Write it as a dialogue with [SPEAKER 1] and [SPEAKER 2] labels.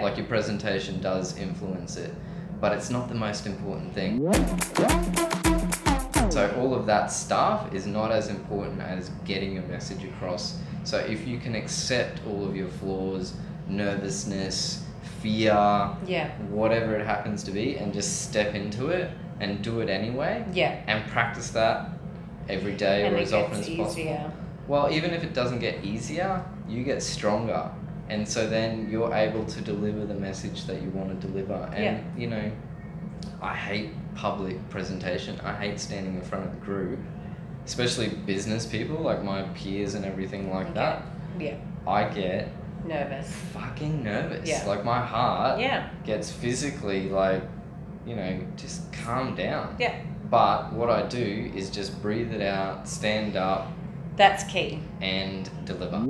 [SPEAKER 1] like your presentation does influence it, but it's not the most important thing. So all of that stuff is not as important as getting your message across. So if you can accept all of your flaws, nervousness, fear,
[SPEAKER 2] Yeah.
[SPEAKER 1] whatever it happens to be, and just step into it and do it anyway,
[SPEAKER 2] Yeah.
[SPEAKER 1] and practice that every day
[SPEAKER 2] And
[SPEAKER 1] or
[SPEAKER 2] it
[SPEAKER 1] as often
[SPEAKER 2] gets
[SPEAKER 1] as possible.
[SPEAKER 2] easier.
[SPEAKER 1] Well, even if it doesn't get easier, you get stronger. And so then you're able to deliver the message that you want to deliver. And, you know, I hate public presentation. I hate standing in front of a group, especially business people, like my peers and everything like
[SPEAKER 2] Okay.
[SPEAKER 1] that.
[SPEAKER 2] Yeah.
[SPEAKER 1] I get
[SPEAKER 2] Nervous.
[SPEAKER 1] fucking nervous.
[SPEAKER 2] Yeah.
[SPEAKER 1] Like, my heart
[SPEAKER 2] Yeah.
[SPEAKER 1] gets physically, like, you know, just calm down.
[SPEAKER 2] Yeah.
[SPEAKER 1] But what I do is just breathe it out, stand up,
[SPEAKER 2] That's key.
[SPEAKER 1] and deliver.